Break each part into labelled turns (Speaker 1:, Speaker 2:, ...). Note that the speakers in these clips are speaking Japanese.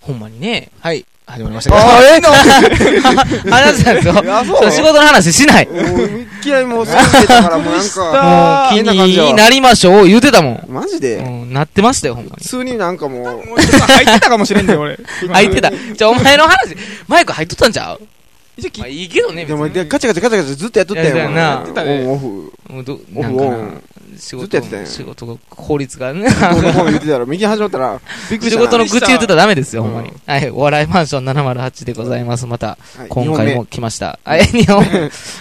Speaker 1: ほんまにね。
Speaker 2: はい。始まりましたけど。
Speaker 3: あ、ええな
Speaker 1: 話したんですよ。
Speaker 3: あそう
Speaker 1: そう仕事の話しない。もう
Speaker 3: もういきなりもう、すぐ出たから、もうなん か、
Speaker 2: あー
Speaker 1: 気
Speaker 3: 変な感じやわ
Speaker 1: になりましょう言うてたもん。
Speaker 3: マジ
Speaker 1: う
Speaker 3: で
Speaker 1: ん、なってましたよ、ほんま
Speaker 3: 普
Speaker 1: に。
Speaker 3: 通になんかもう、
Speaker 4: もうちょっと入ってたかもしれんね俺。
Speaker 1: 入ってた。じゃあお前の話、マイク入っとったんちゃう
Speaker 4: 一応聞
Speaker 1: まあいいけどね、
Speaker 3: で
Speaker 1: 別
Speaker 3: も、
Speaker 1: に。
Speaker 3: でガチャガチャガチャガチャずっとやっとった
Speaker 1: やっ
Speaker 3: よ。
Speaker 1: てたよな
Speaker 3: もう
Speaker 4: やってたね
Speaker 3: オンオフ。
Speaker 1: もうど、
Speaker 3: オ
Speaker 1: なん
Speaker 3: フ
Speaker 1: か
Speaker 3: オ
Speaker 1: な
Speaker 3: ン。
Speaker 1: 仕
Speaker 3: ずっと
Speaker 1: 事
Speaker 3: やってたん
Speaker 1: の、
Speaker 3: や
Speaker 1: 仕事が、効率がね。
Speaker 3: どうのこうの言ってたら、右に始まったら、びっく
Speaker 1: 仕
Speaker 3: りしたな。
Speaker 1: 事の愚痴言ってたらダメですよ、
Speaker 3: う
Speaker 1: ほ
Speaker 3: ん
Speaker 1: んまに。はい、お笑いマンション708でございます。また、
Speaker 3: はい
Speaker 1: 今回も来ました。はい、2本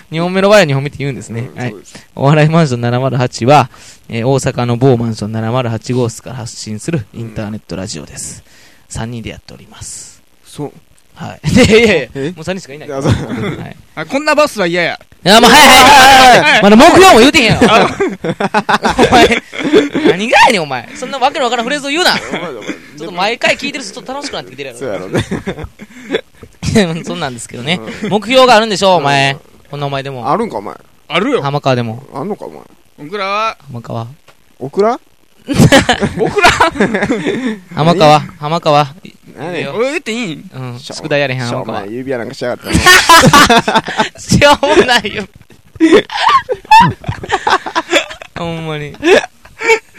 Speaker 1: 目、2本目の場合は2本目って言うんですね。は。
Speaker 3: 二本
Speaker 1: い
Speaker 3: 目うんそ。うです
Speaker 1: お笑いマンション708は、えー大阪の某マンション708号室から発信するインターネットラジオです。3人でやっております。
Speaker 3: そう。
Speaker 1: はい。いやいやいや、
Speaker 3: え
Speaker 1: もう3人しかいない。
Speaker 3: い
Speaker 1: は
Speaker 3: や
Speaker 1: い。
Speaker 3: そう
Speaker 4: あ、こんなバスは嫌や。
Speaker 1: いや、もう、はいはいはいはい。まだ目標も言うてへんやろ。お前、何がやねん、お前。そんなわけのわからんフレーズを言うな。
Speaker 3: お前らお前ら
Speaker 1: ちょっと毎回聞いてるとちょっと楽しくなってきてるやろ
Speaker 3: そう。やろね。
Speaker 1: そんなんですけどね。目標があるんでしょ、お前。こんなお前でも。
Speaker 3: あるんか、お前。
Speaker 4: あるよ。
Speaker 1: 浜川でも。
Speaker 3: あんのか、お前。
Speaker 4: 僕らは、
Speaker 1: 浜川。
Speaker 3: オクラ
Speaker 4: 僕ら
Speaker 1: 浜川。浜川。
Speaker 3: 何
Speaker 1: いいよ
Speaker 4: 俺言っていいん
Speaker 1: うん。
Speaker 3: しょう
Speaker 1: 宿題やれへん、
Speaker 3: し
Speaker 1: 浜
Speaker 3: ょうもな
Speaker 1: 川。
Speaker 3: い指輪なんかしやがって。
Speaker 1: しょうもないよ。 ほんまに。い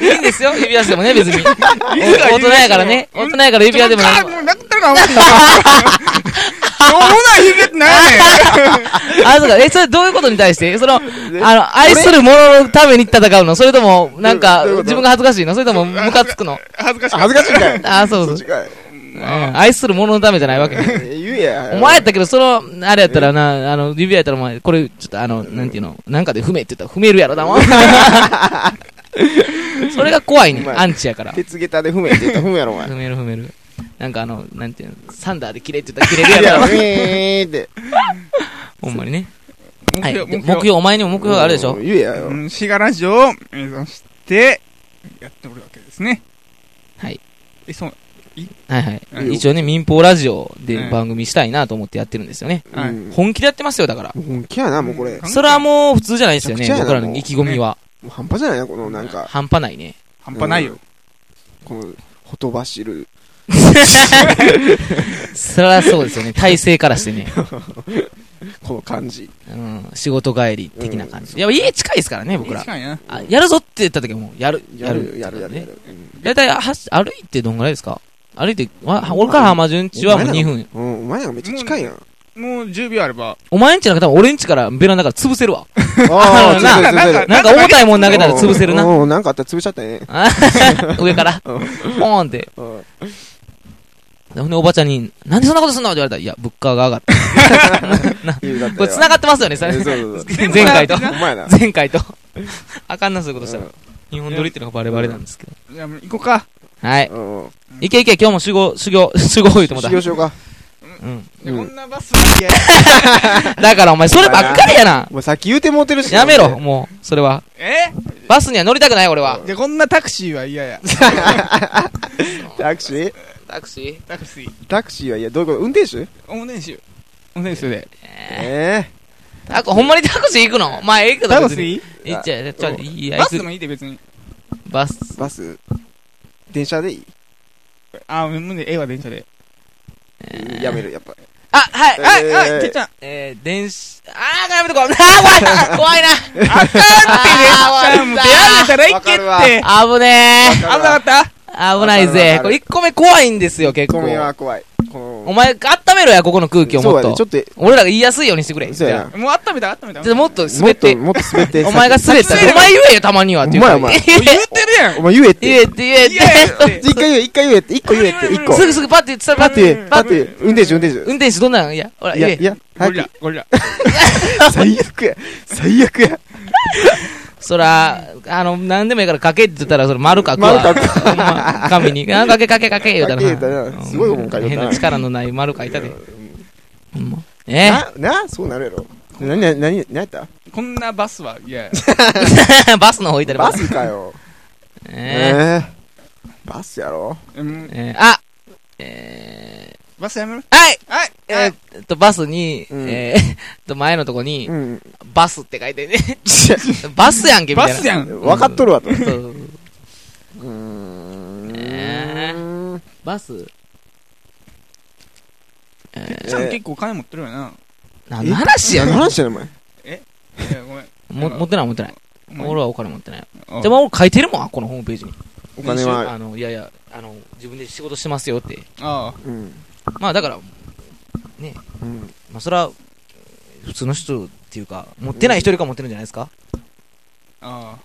Speaker 1: いんですよ、指輪してもね、別に。大人やからね。大人やから指輪でも
Speaker 4: ちょ
Speaker 1: 何
Speaker 4: っと
Speaker 1: も
Speaker 4: カードなくったのか、ほんとしょうもない指輪ってなんやねん。
Speaker 1: あ、そうか。え、それどういうことに対してその、あ
Speaker 3: ね
Speaker 1: の、愛する者のために戦うのそれとも、なんか
Speaker 3: どういう、こと
Speaker 1: 自分が恥ずかしいのそれとも、ムカつくの
Speaker 4: 恥ずかしい。
Speaker 3: 恥ずかしいんかい。
Speaker 1: あ、そう
Speaker 3: そ
Speaker 1: そ
Speaker 3: っ
Speaker 1: う
Speaker 3: ち。かい。
Speaker 1: うん愛する者のためじゃないわけ ね。
Speaker 3: え言えや。
Speaker 1: お前やったけど、その、あれやったらな、あの、指輪やったらお前、これ、ちょっとあの、なんていうの、なんかで踏めって言ったら踏めるやろな、 もうそれが怖いね。
Speaker 3: うまい
Speaker 1: アンチやから。
Speaker 3: 鉄下駄で踏めって言ったら踏むやろ、お前。
Speaker 1: 踏める踏める。なんかあの、なんていうの、サンダーで切れって言ったら切れ
Speaker 3: い
Speaker 1: るや
Speaker 3: や、
Speaker 1: ろな
Speaker 3: ウ。ィーンって。
Speaker 1: ほんまにね。
Speaker 4: 目
Speaker 1: はい。で
Speaker 4: 標、
Speaker 1: 目
Speaker 4: 目標
Speaker 1: 標、お前にも目標があるでしょ
Speaker 3: うん言えやよ
Speaker 4: う。ん、シガラジオを目指して、やっておるわけですね。
Speaker 1: はい。
Speaker 4: え、そう、
Speaker 1: はい
Speaker 4: う
Speaker 1: は
Speaker 3: ん
Speaker 1: い。一応ね、民放ラジオ
Speaker 4: う
Speaker 1: で
Speaker 4: ん
Speaker 1: 番組したいなと思ってやってるんですよね。
Speaker 3: う
Speaker 4: はい
Speaker 3: ん
Speaker 1: 本気でやってますよ、だから。
Speaker 3: 本気やな、もうこれ。
Speaker 4: う
Speaker 3: も
Speaker 4: ん
Speaker 1: それはもう普通じゃないですよ
Speaker 3: め
Speaker 1: ね
Speaker 3: ち、ゃくちゃや
Speaker 1: 僕ら
Speaker 3: な
Speaker 1: の意気込みは。
Speaker 3: う半端じゃないな、このなんか、
Speaker 1: 半端ない ね。
Speaker 4: 半端ないよ。
Speaker 3: この、ほとばしる。
Speaker 1: そりゃそうですよね、体勢からして ね。
Speaker 3: この感じ。
Speaker 1: うん、仕事帰り的な感じ。いや、家近いですからね、僕ら。
Speaker 4: 近いな。
Speaker 1: あやるぞって言った時はもう、やる、
Speaker 3: やる、やる、やる。
Speaker 1: ね。
Speaker 3: やるうん
Speaker 1: だいたい、はし歩いてどんぐらいですか歩いて、わ俺から浜順ちはもう2分。
Speaker 3: うん、お前なんかめっちゃ近いやん。
Speaker 4: もう10秒あれば。
Speaker 1: お前んちなんか多分俺んちからベランダから潰せるわ。
Speaker 3: あ
Speaker 1: な
Speaker 3: 潰せる潰せる
Speaker 1: なんか重たいもん投げたら潰せるな。
Speaker 3: うんうん、なんかあったら潰しちゃったね。
Speaker 1: あ上から、ポーンって。
Speaker 3: うん
Speaker 1: ほんで、おばちゃんに、なんでそんなことすんのって言われたら、いや、物価が上がった。
Speaker 3: 言うだったよ
Speaker 1: これ繋がってますよね、それ
Speaker 3: えそうそうそう。
Speaker 1: 前回と
Speaker 3: お。前な。
Speaker 1: 前回と。あかんな、そういうことしたら
Speaker 3: う。
Speaker 1: 日本撮りってのがバレバレなんですけど。
Speaker 4: じゃあ、行こうか。
Speaker 1: はい。
Speaker 3: んうん。
Speaker 1: いけいけ、今日も修行、修 行、修行言うてもうた
Speaker 3: 修。行しようか。
Speaker 1: うん。
Speaker 4: じゃあ
Speaker 3: うん
Speaker 4: こんなバスは 嫌や。
Speaker 1: だからお前、そればっかりやな。
Speaker 3: お前さっき言うてもうてるし。
Speaker 1: やめろ、。もう、それは。
Speaker 4: え
Speaker 1: バスには乗りたくない、俺は。
Speaker 4: じゃあ、こんなタクシーは嫌や。
Speaker 3: タクシー
Speaker 1: タクシ
Speaker 4: タクシー。
Speaker 3: タクシーはいや、どういうこと運転手
Speaker 4: おねんしゅ。おねんしゅで。
Speaker 3: え
Speaker 1: ータク、ほんまにタクシー行くのまあ、ええけど。
Speaker 4: タクシ
Speaker 1: 別に
Speaker 4: ー
Speaker 1: いや、ちょ、ちょ、いや、
Speaker 4: バ
Speaker 1: 行
Speaker 4: スで
Speaker 1: く。
Speaker 4: もいいで別に。
Speaker 1: バス
Speaker 3: え。。バス電車でいい
Speaker 4: あ、無理、ええわ、電車で。
Speaker 3: やめる、やっぱ。
Speaker 1: あ、はい、
Speaker 3: え
Speaker 1: はい。
Speaker 4: はい、はい、てっちゃん。
Speaker 1: えー、電子、あー、やめとこう。あー、怖いな。怖いな。
Speaker 4: あかんって、てっちゃん。もう手上げたらいけ
Speaker 3: わかるわ
Speaker 4: って。
Speaker 1: あぶね
Speaker 4: 危なかった
Speaker 1: ー。危ない
Speaker 3: わかるわか
Speaker 1: ぜ。
Speaker 3: る
Speaker 1: これ1個目怖いんですよ、結
Speaker 3: ごめん
Speaker 1: 構
Speaker 3: は。怖い。この
Speaker 1: お前、温めろや、ここの空気をもっ
Speaker 3: そうやね、ちょ
Speaker 1: と。
Speaker 3: っと、
Speaker 1: 俺らが言いやすいようにしてくれ。
Speaker 3: そうや
Speaker 1: じゃ
Speaker 3: な。
Speaker 4: もう温めた、温めた。
Speaker 1: あじゃあもっと滑
Speaker 3: も
Speaker 1: っ
Speaker 3: っと、
Speaker 1: て。
Speaker 3: もっと滑っ て。
Speaker 1: お前が滑ったら、お前言えよ、たまにはっていうから。
Speaker 3: お前お前
Speaker 1: 言
Speaker 4: 言ってるやん
Speaker 3: お前言えっ
Speaker 1: え
Speaker 3: て。
Speaker 1: って言えっ
Speaker 4: いやいや
Speaker 1: て。
Speaker 4: って
Speaker 3: 一回言え、一回言えって。一個言えって、一個。
Speaker 1: すぐすぐパッて言ってた
Speaker 3: パ
Speaker 1: ら、
Speaker 3: ッて言え、パ
Speaker 1: パ
Speaker 3: ッ
Speaker 1: ッ
Speaker 3: て
Speaker 1: て。
Speaker 3: 言え。運転手、運転
Speaker 1: 運転手どんなんいや、ほら、
Speaker 3: 手。いや、
Speaker 1: 言え。
Speaker 3: いや、
Speaker 4: ゴ
Speaker 3: 早
Speaker 4: リ
Speaker 3: く
Speaker 4: ラ、ゴリラ。
Speaker 3: 最悪や。最悪や。
Speaker 1: そら、あの、なんでもいいから書けって言ったら、それ丸書くわ。
Speaker 3: 丸書く
Speaker 1: ほんま紙に。あ書け書け書け言うた
Speaker 3: 書け言
Speaker 1: ら
Speaker 3: う
Speaker 1: な。
Speaker 3: たらすごいもん書いとったな
Speaker 1: 変な力のない丸書いたで。ほんまえ
Speaker 3: な、な、そうなるやろ。な、な、な、なやった
Speaker 4: こんなバスは嫌や。
Speaker 1: バスの方置いてる
Speaker 3: バスかよ。
Speaker 1: えー
Speaker 3: ええ。バスやろ
Speaker 4: うん
Speaker 1: えーあえ
Speaker 4: バスやめる
Speaker 1: ーはい
Speaker 4: はい。
Speaker 1: えーっと、バスに、
Speaker 3: うん
Speaker 1: えーっ と、前のとこに
Speaker 3: う、ん。
Speaker 1: バスって書いてね。バスやんけ、みたい
Speaker 4: バ
Speaker 1: な。
Speaker 4: スやん。
Speaker 3: 分かっとるわと。う
Speaker 1: そう
Speaker 3: ーん
Speaker 1: えーバス
Speaker 4: てっちゃん結構金持ってるよな。
Speaker 1: 何の話や
Speaker 3: 何
Speaker 1: ねん
Speaker 3: 話してんのお前。
Speaker 4: いや、ごめん。
Speaker 1: も持ってない持ってない。
Speaker 4: お前
Speaker 1: 俺はお金持ってない。
Speaker 4: あ
Speaker 1: でも俺書いてるもん、このホームページに。
Speaker 3: お金は、
Speaker 1: あの、いやいや、あの、自分で仕事してますよって。
Speaker 4: あ
Speaker 3: うん。
Speaker 1: まあだから、
Speaker 3: うん。
Speaker 1: まあそれは、普通の人っていうか、持ってない人よりか持ってるんじゃないですか
Speaker 4: あ、ああ。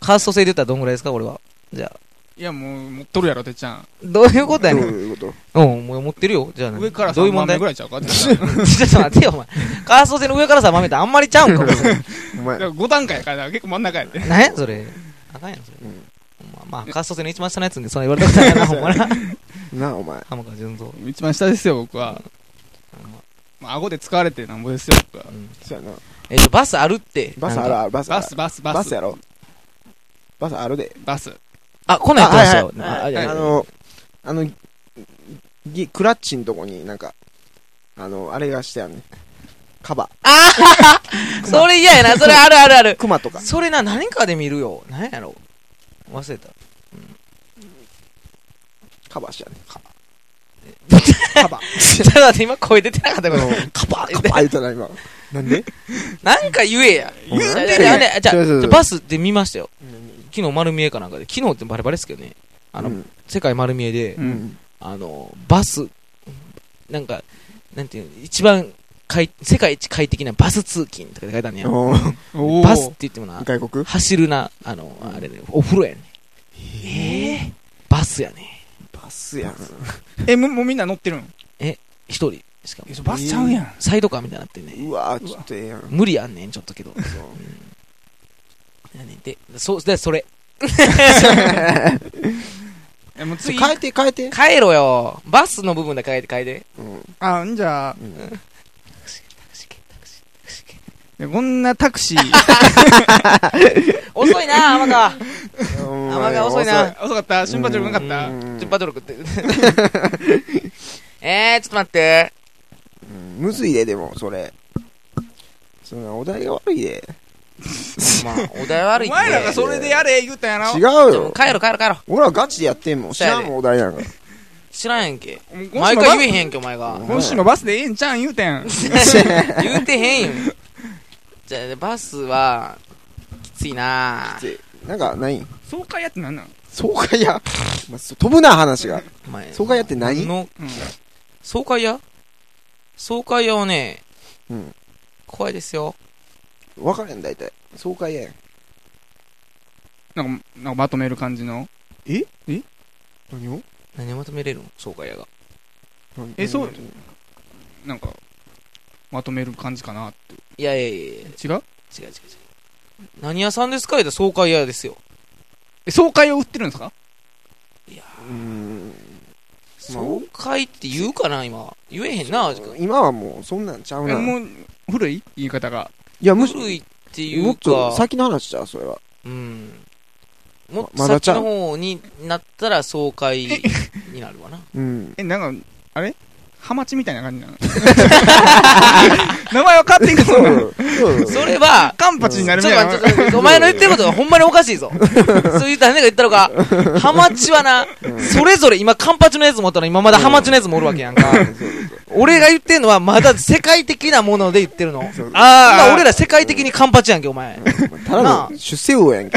Speaker 1: カースト制で言ったらどんぐらいですか、俺は。じゃあ、
Speaker 4: いや、もう、持っとるやろ、てっちゃん。
Speaker 1: どういうことや
Speaker 3: どう
Speaker 1: ねん。
Speaker 3: いうこと
Speaker 1: うん、もう持ってるよ。じゃあ何
Speaker 4: 上から
Speaker 1: どうい
Speaker 4: 3
Speaker 1: う問
Speaker 4: 番目
Speaker 1: 題
Speaker 4: ぐらいちゃうかてっちゃんだか
Speaker 1: ちょっと待ってよ、お前。カースト制の上からさ、豆ってあんまりちゃうん かも。
Speaker 3: お前。
Speaker 4: ら5段階やから、結構真ん中やって。
Speaker 1: 何やそれ。あかんやん、それ。
Speaker 3: うん
Speaker 1: まあ、まあ、カースト制の一番下のやつに、そんな言われたことない な、ほんまな。
Speaker 3: なあ、お前。
Speaker 1: 浜川純三。
Speaker 4: 一番下ですよ、僕は。まあ、顎で使われてなんぼですよ、僕は
Speaker 1: う。ん
Speaker 3: そうやな。
Speaker 1: えっと、バスあるって。
Speaker 3: バスあ
Speaker 1: なん
Speaker 3: る
Speaker 1: か
Speaker 3: ある、バスあ
Speaker 4: バ
Speaker 3: る
Speaker 4: ス、。バス、バ
Speaker 3: バ
Speaker 4: ス。
Speaker 3: スやろ。バスあるで。
Speaker 4: バス。
Speaker 1: あ、来ないとですよ。ああいやいや
Speaker 3: あの、あの、ぎクラッチのとこになんか、あの、あれがしてあんねん。カバ。
Speaker 1: あーそれ嫌やな、それあるあるある。
Speaker 3: クマとか。
Speaker 1: それな、何かで見るよ。何やろ。忘れた。
Speaker 3: カバーしてあんねん。カバ。カバ。
Speaker 1: ちょっと待って、今声出てなかったから。
Speaker 3: カバカバ言うたな、今。なんで
Speaker 1: なんか言えや。
Speaker 3: 言うてる
Speaker 1: いやいやいやじゃあ
Speaker 3: 違う違う違う
Speaker 1: バスで見ましたよ。昨日丸見えかなんかで。昨日ってバレバレですけどね。あの、
Speaker 3: うん
Speaker 1: 世界丸見えで、
Speaker 4: う。
Speaker 3: うんん。
Speaker 1: あの、バス、なんか、なんていうの、一番快、世界一快適なバス通勤とかって書いてあんねや。
Speaker 3: おー
Speaker 4: おー
Speaker 1: バスって言ってもな、
Speaker 3: 外国
Speaker 1: 走るな、あの、あれね、お風呂やね。ええバスやね。
Speaker 3: バスやん。
Speaker 4: え、もうもうみんな乗ってるん
Speaker 1: 一人、しかも
Speaker 4: え。バスちゃうやん。
Speaker 1: サイドカーみたいになってんね。
Speaker 3: うわーちょっとええや ん。
Speaker 1: 無理やんねん、ちょっとけど。やねんて。そう、で、それ。
Speaker 4: え、もう
Speaker 3: そ
Speaker 4: 次
Speaker 3: う。変えて、変えて。
Speaker 1: 帰ろよ。バスの部分で変えて、変えて。
Speaker 3: うん。
Speaker 4: あ、んじゃあ、
Speaker 1: タクシー系タクシータクシー系
Speaker 4: こんなタクシー、
Speaker 1: 遅いな、浜川。
Speaker 3: 甘
Speaker 1: 浜川遅いな。
Speaker 4: 遅かった瞬発力なかっ
Speaker 3: う
Speaker 4: た
Speaker 3: ん
Speaker 1: 10パトロックって。 えー、ちょっと待って。
Speaker 3: うんむずいで、でも、それ。そのお題が悪いで。
Speaker 1: まあ、お題悪い
Speaker 4: お
Speaker 1: って。
Speaker 4: 前らがそれでやれ言うたんやろ
Speaker 3: 違う
Speaker 1: じゃあもう
Speaker 3: よ。
Speaker 1: 帰ろ帰ろ帰ろ。
Speaker 3: 俺はガチでやってんもん。知
Speaker 1: そうや
Speaker 3: ら
Speaker 1: で
Speaker 3: んもん、お題なんか。
Speaker 1: 知らんやんけ。
Speaker 4: もう今週
Speaker 1: 毎
Speaker 4: の
Speaker 1: 回言えへんけ、お前が
Speaker 3: う。ん
Speaker 4: 今週のバスでええんちゃうん言うてん。
Speaker 1: 言うてへんよ。じゃあ、バスは、きついな
Speaker 3: でなんか、何
Speaker 4: 爽快やってなんなん
Speaker 3: 爽快や。まあそう飛ぶな、話が。
Speaker 1: お前。
Speaker 3: 爽快やって何
Speaker 1: の、
Speaker 4: うん。
Speaker 1: 爽快屋爽快屋はね、
Speaker 3: うん。
Speaker 1: 怖いですよ。
Speaker 3: 分かれん、大体。爽快ややん。
Speaker 4: なんか、なんかまとめる感じの。
Speaker 3: 何を
Speaker 1: 何をまとめれるの爽快屋が。
Speaker 4: えそうなんか、まとめる感じかな。
Speaker 1: いやいやいやいや
Speaker 4: 違う
Speaker 1: 違う違う違う。何屋さんですか言うたら爽快屋ですよ。
Speaker 4: え、爽快を売ってるんですか
Speaker 3: うん。まあ
Speaker 1: 爽快って言うかな、今。言えへんな、
Speaker 3: 今はもう、そんなんちゃう
Speaker 4: え
Speaker 3: な。
Speaker 4: もう、古い言い方が。
Speaker 3: いや、むしろ
Speaker 1: 古いってい
Speaker 3: も
Speaker 1: う
Speaker 3: っと
Speaker 1: か、
Speaker 3: 先の話じゃう それは。
Speaker 1: うん。もっと
Speaker 3: まだ
Speaker 1: 先
Speaker 3: ちゃう
Speaker 1: の方になったら爽快になる わな。
Speaker 3: うん。
Speaker 4: え、なんか、あれハマチみたいな感じ なの名前は勝手にこ
Speaker 3: そう
Speaker 4: う。
Speaker 3: よそうよ
Speaker 1: それは、
Speaker 4: カンパチにな
Speaker 1: ちょ
Speaker 4: る
Speaker 1: っ
Speaker 4: み
Speaker 1: と
Speaker 4: たい
Speaker 1: 待っ。てちょっと
Speaker 4: な
Speaker 1: 待って、お前の言ってることはほんまにおかしい ぞ。そう言ったら何か言ったのか。ハマチはな、それぞれ今カンパチのやつもおったら今まだハマチのやつもおるわけやんか。俺が言ってんのはまだ世界的なもので言ってるの。
Speaker 3: そう
Speaker 1: ああ、俺ら世界的にカンパチやんけ、お前。
Speaker 3: ただの出世王やんけ。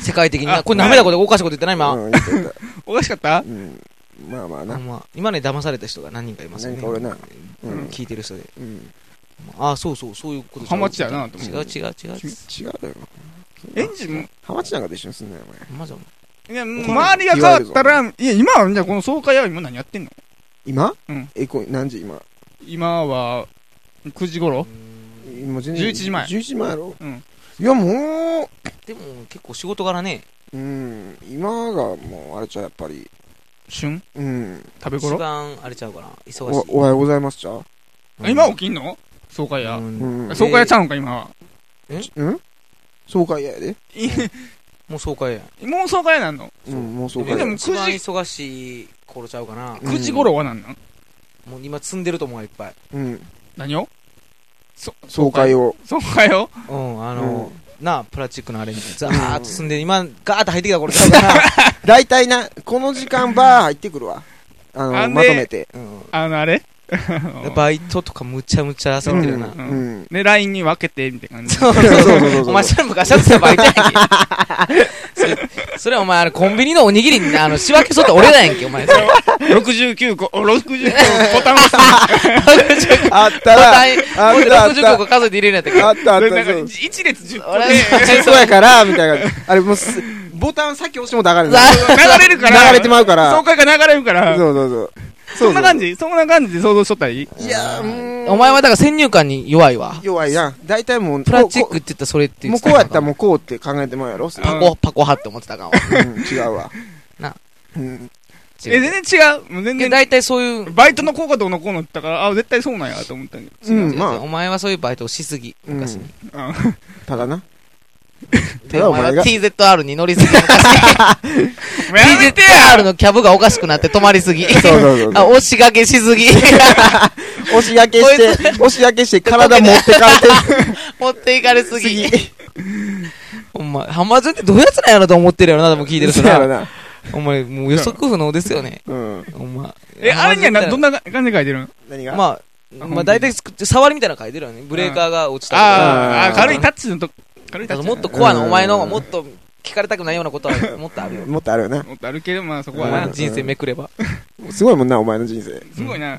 Speaker 1: 世界的にな。
Speaker 4: あ
Speaker 1: これ舐めたことおかしいこと言ってない今。
Speaker 3: うん言ってた
Speaker 4: おかしかった
Speaker 3: うんまあまあ
Speaker 1: ほ
Speaker 3: な。
Speaker 1: んま今ね、騙された人が何人かいますよね。
Speaker 3: 何人かおるなうん
Speaker 1: 聞いてる人で。
Speaker 3: うん
Speaker 1: ああ、そうそう、そういうこと
Speaker 4: ハマチやなと思
Speaker 1: 違
Speaker 4: う
Speaker 1: う違う違う。
Speaker 3: 違うよ。
Speaker 4: エンジンも、
Speaker 3: ハマチなんかで一緒にすんなよ、お前。
Speaker 1: まずはい
Speaker 4: や、周りが変わったら、いや、今は、じゃあこの爽快は今何やってんの
Speaker 3: 今
Speaker 4: うん
Speaker 3: え、これ何時今
Speaker 4: 今は、9時頃
Speaker 3: 今全
Speaker 4: 11時前
Speaker 3: 11時前やろ
Speaker 4: うん。
Speaker 3: いや、も
Speaker 1: でも結構仕事柄ね、
Speaker 3: う、うん、今がもう、あれちゃう、やっぱり。
Speaker 4: 旬
Speaker 3: うん。
Speaker 4: 食べ
Speaker 1: 一
Speaker 4: 頃
Speaker 1: 番あれちゃうかな。忙しい。
Speaker 3: おおはようございますちゃう
Speaker 1: うん
Speaker 4: 今起きんの爽快や
Speaker 1: う。ん
Speaker 3: うん
Speaker 1: え。
Speaker 4: 爽快ちゃうんか、今は。
Speaker 3: うん爽快やで。
Speaker 1: もう爽快やん。
Speaker 4: もう爽快なんの
Speaker 3: うん、もう爽
Speaker 1: え
Speaker 3: 快
Speaker 1: で
Speaker 3: や
Speaker 1: も
Speaker 4: も
Speaker 1: 一番
Speaker 4: 9
Speaker 1: 忙しい頃ちゃうかな。
Speaker 3: うん
Speaker 4: ?9 時頃は何なん
Speaker 1: もう今積んでると思うわいっぱい。
Speaker 3: うん。
Speaker 4: 何を
Speaker 3: 爽快を。
Speaker 4: 爽快を
Speaker 1: うん、あ
Speaker 3: あ
Speaker 1: の、なあ、プラスチックのあれにザーッと積んで、今、ガーッと入ってきた頃ちゃうか
Speaker 3: 大体な、この時間バー入ってくるわ。あの、
Speaker 4: あんで
Speaker 3: まとめて。
Speaker 1: な。うん。
Speaker 4: あの、あれ
Speaker 1: バイトとかむちゃむちゃ焦ってるよな。
Speaker 3: うんうん
Speaker 4: で、LINE に分けて、みたいな 感じ。
Speaker 1: そうそう
Speaker 3: そうそう
Speaker 1: そ。
Speaker 3: そうう
Speaker 1: お前それ昔やってたバイトやんけ。それ、それお前あのコンビニのおにぎりにあの仕分けしとった俺らやんけ、お前。それ
Speaker 4: 69個、お69個、ボタン押す
Speaker 3: あ
Speaker 1: ボタン
Speaker 3: ったら、ああったあっ
Speaker 1: 69
Speaker 3: た
Speaker 1: 個数えて入れるんやったっけ
Speaker 3: あったあ
Speaker 4: で
Speaker 3: っ
Speaker 4: なん
Speaker 3: た
Speaker 4: か、
Speaker 3: そう。
Speaker 4: 一列10個
Speaker 1: 俺
Speaker 4: で、
Speaker 3: そうやから、みたいな。あれもうす、ボタン先押してもだからね
Speaker 4: 流れるから、
Speaker 3: 流れてまうから。
Speaker 4: 爽快が流れるから、
Speaker 3: そうそうそう。
Speaker 4: そんな感じそんな感じで想像しとったらいい
Speaker 3: いやー、
Speaker 1: お前
Speaker 3: は
Speaker 1: はだから先入観に弱いわ。
Speaker 3: 弱いな。大体もう、
Speaker 1: プラスチック
Speaker 3: こ
Speaker 1: って言ったらそれって
Speaker 3: う
Speaker 1: 言
Speaker 3: もうこうやったらもうこうって考えてもらうやろ
Speaker 4: う
Speaker 1: パコ、パコ派って思ってたかも。
Speaker 3: うん、違うわ。
Speaker 1: な。
Speaker 3: うん。
Speaker 4: え、全然違う。もう全
Speaker 1: けど
Speaker 4: 然。
Speaker 1: 大体そういう、
Speaker 4: バイトの効果どうのこうのって言ったから、あ、絶対そうなんやと 思ったんや。
Speaker 3: うん、ま
Speaker 1: お前はそういうバイトをしすぎ。
Speaker 3: うん
Speaker 1: 昔に。
Speaker 4: うん
Speaker 3: あ、ただ な。た
Speaker 1: で
Speaker 3: だ
Speaker 1: お
Speaker 3: お
Speaker 1: 前
Speaker 3: 前
Speaker 1: は
Speaker 3: が、
Speaker 1: TZR に乗りすぎ。
Speaker 4: やめてや
Speaker 1: TZR のキャブがおかしくなって止まりすぎ。
Speaker 3: そうそうそう
Speaker 1: あ、押し掛けしすぎ。
Speaker 3: 押し焼けして、押し焼けして体持ってかれて
Speaker 1: 持っていかれすぎ
Speaker 3: 次。。
Speaker 1: お前、ハマジュンってどういうやつなんやろと思ってるやろな、でも聞いてる
Speaker 3: そ
Speaker 1: か
Speaker 3: うやろ
Speaker 1: ら。
Speaker 3: な。
Speaker 1: お前、もう予測不能ですよね。
Speaker 3: うん。
Speaker 1: お前。
Speaker 4: え、あれにはなどん
Speaker 1: な
Speaker 4: な感じで書いてるん
Speaker 3: 何が
Speaker 1: まあ、まあ大体作って、触りみたいなの書いてるよね。ブレーカーが落ちたとか。
Speaker 4: あーあ
Speaker 3: うん
Speaker 4: ー、軽いタッチのと、軽いタ
Speaker 1: だ
Speaker 4: ッ
Speaker 1: か
Speaker 4: チ。
Speaker 1: らもっとコア
Speaker 3: う
Speaker 1: な、
Speaker 3: ん
Speaker 1: お前の方がもっと聞かれたくないようなことはもっとあるよ。
Speaker 3: もっとあるよな。
Speaker 4: もっとあるけど、まあそこ
Speaker 1: お
Speaker 4: は
Speaker 1: 前
Speaker 4: な
Speaker 1: の。人生めくれば。
Speaker 3: すごいもんな、お前の人生。
Speaker 4: すごいな。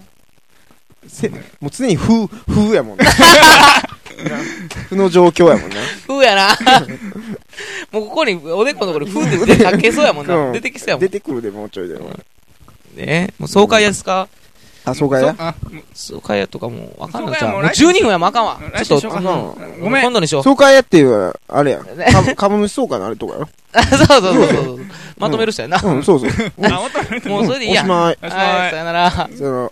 Speaker 3: せもう常に風、風やも んな。風の状況やもんな。
Speaker 1: ふうや な。もうここに、おでこのところにふうって腕かけそうやもん
Speaker 3: う
Speaker 1: な。
Speaker 3: ん
Speaker 1: 出てきそうやも
Speaker 3: 出
Speaker 1: ん。
Speaker 3: てくるで、もうちょいで。お前
Speaker 1: ねもう爽快やすか
Speaker 3: あ、そうかや。
Speaker 4: あ、もう
Speaker 1: 爽快やとかもう、あかんの
Speaker 4: 爽
Speaker 1: ちゃう
Speaker 4: 快や
Speaker 1: も
Speaker 4: も
Speaker 1: う
Speaker 4: う来週
Speaker 1: 12分やもうあかんわ。
Speaker 4: 来
Speaker 1: ちょ
Speaker 4: 週
Speaker 1: っ
Speaker 4: しよ
Speaker 1: と、
Speaker 4: うか。
Speaker 3: う
Speaker 4: ごめん
Speaker 1: 今。度にし よう。
Speaker 3: そうかやっていう、あれやん
Speaker 1: ね。
Speaker 3: か株主総会のあれとかや ろ。
Speaker 1: あそうそう そうそう。まとめる人やな。
Speaker 3: うん、そうそう。
Speaker 4: あ、もっとあると思
Speaker 1: も
Speaker 4: う
Speaker 1: うそれでいいや。
Speaker 3: おしまい。
Speaker 4: おしまい
Speaker 1: はい、さよなら。
Speaker 3: その